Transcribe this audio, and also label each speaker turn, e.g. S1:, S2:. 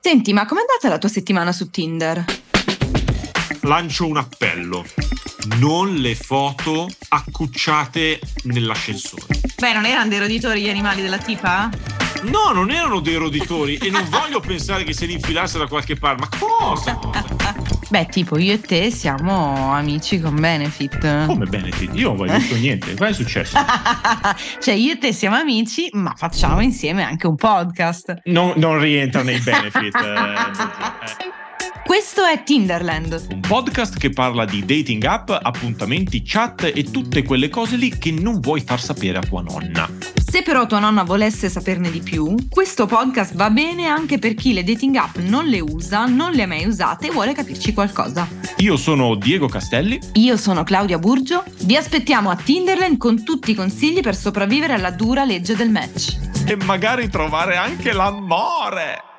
S1: Senti, ma com'è andata la tua settimana su Tinder?
S2: lancio un appello. Non le foto accucciate nell'ascensore.
S3: Beh, non erano dei roditori gli animali della tipa?
S2: No, non erano dei roditori e non voglio pensare che se li infilasse da qualche parte. Ma cosa?
S1: Beh, tipo io e te siamo amici con Benefit.
S4: Come benefit? Io non voglio detto niente. Cosa è successo?
S1: cioè, io e te siamo amici, ma facciamo insieme anche un podcast.
S4: Non, non rientra nei benefit. eh, eh.
S1: Questo è Tinderland.
S4: Un podcast che parla di dating app, appuntamenti, chat e tutte quelle cose lì che non vuoi far sapere a tua nonna.
S1: Se però tua nonna volesse saperne di più, questo podcast va bene anche per chi le dating app non le usa, non le ha mai usate e vuole capirci qualcosa.
S4: Io sono Diego Castelli.
S1: Io sono Claudia Burgio, vi aspettiamo a Tinderland con tutti i consigli per sopravvivere alla dura legge del match.
S4: E magari trovare anche l'amore.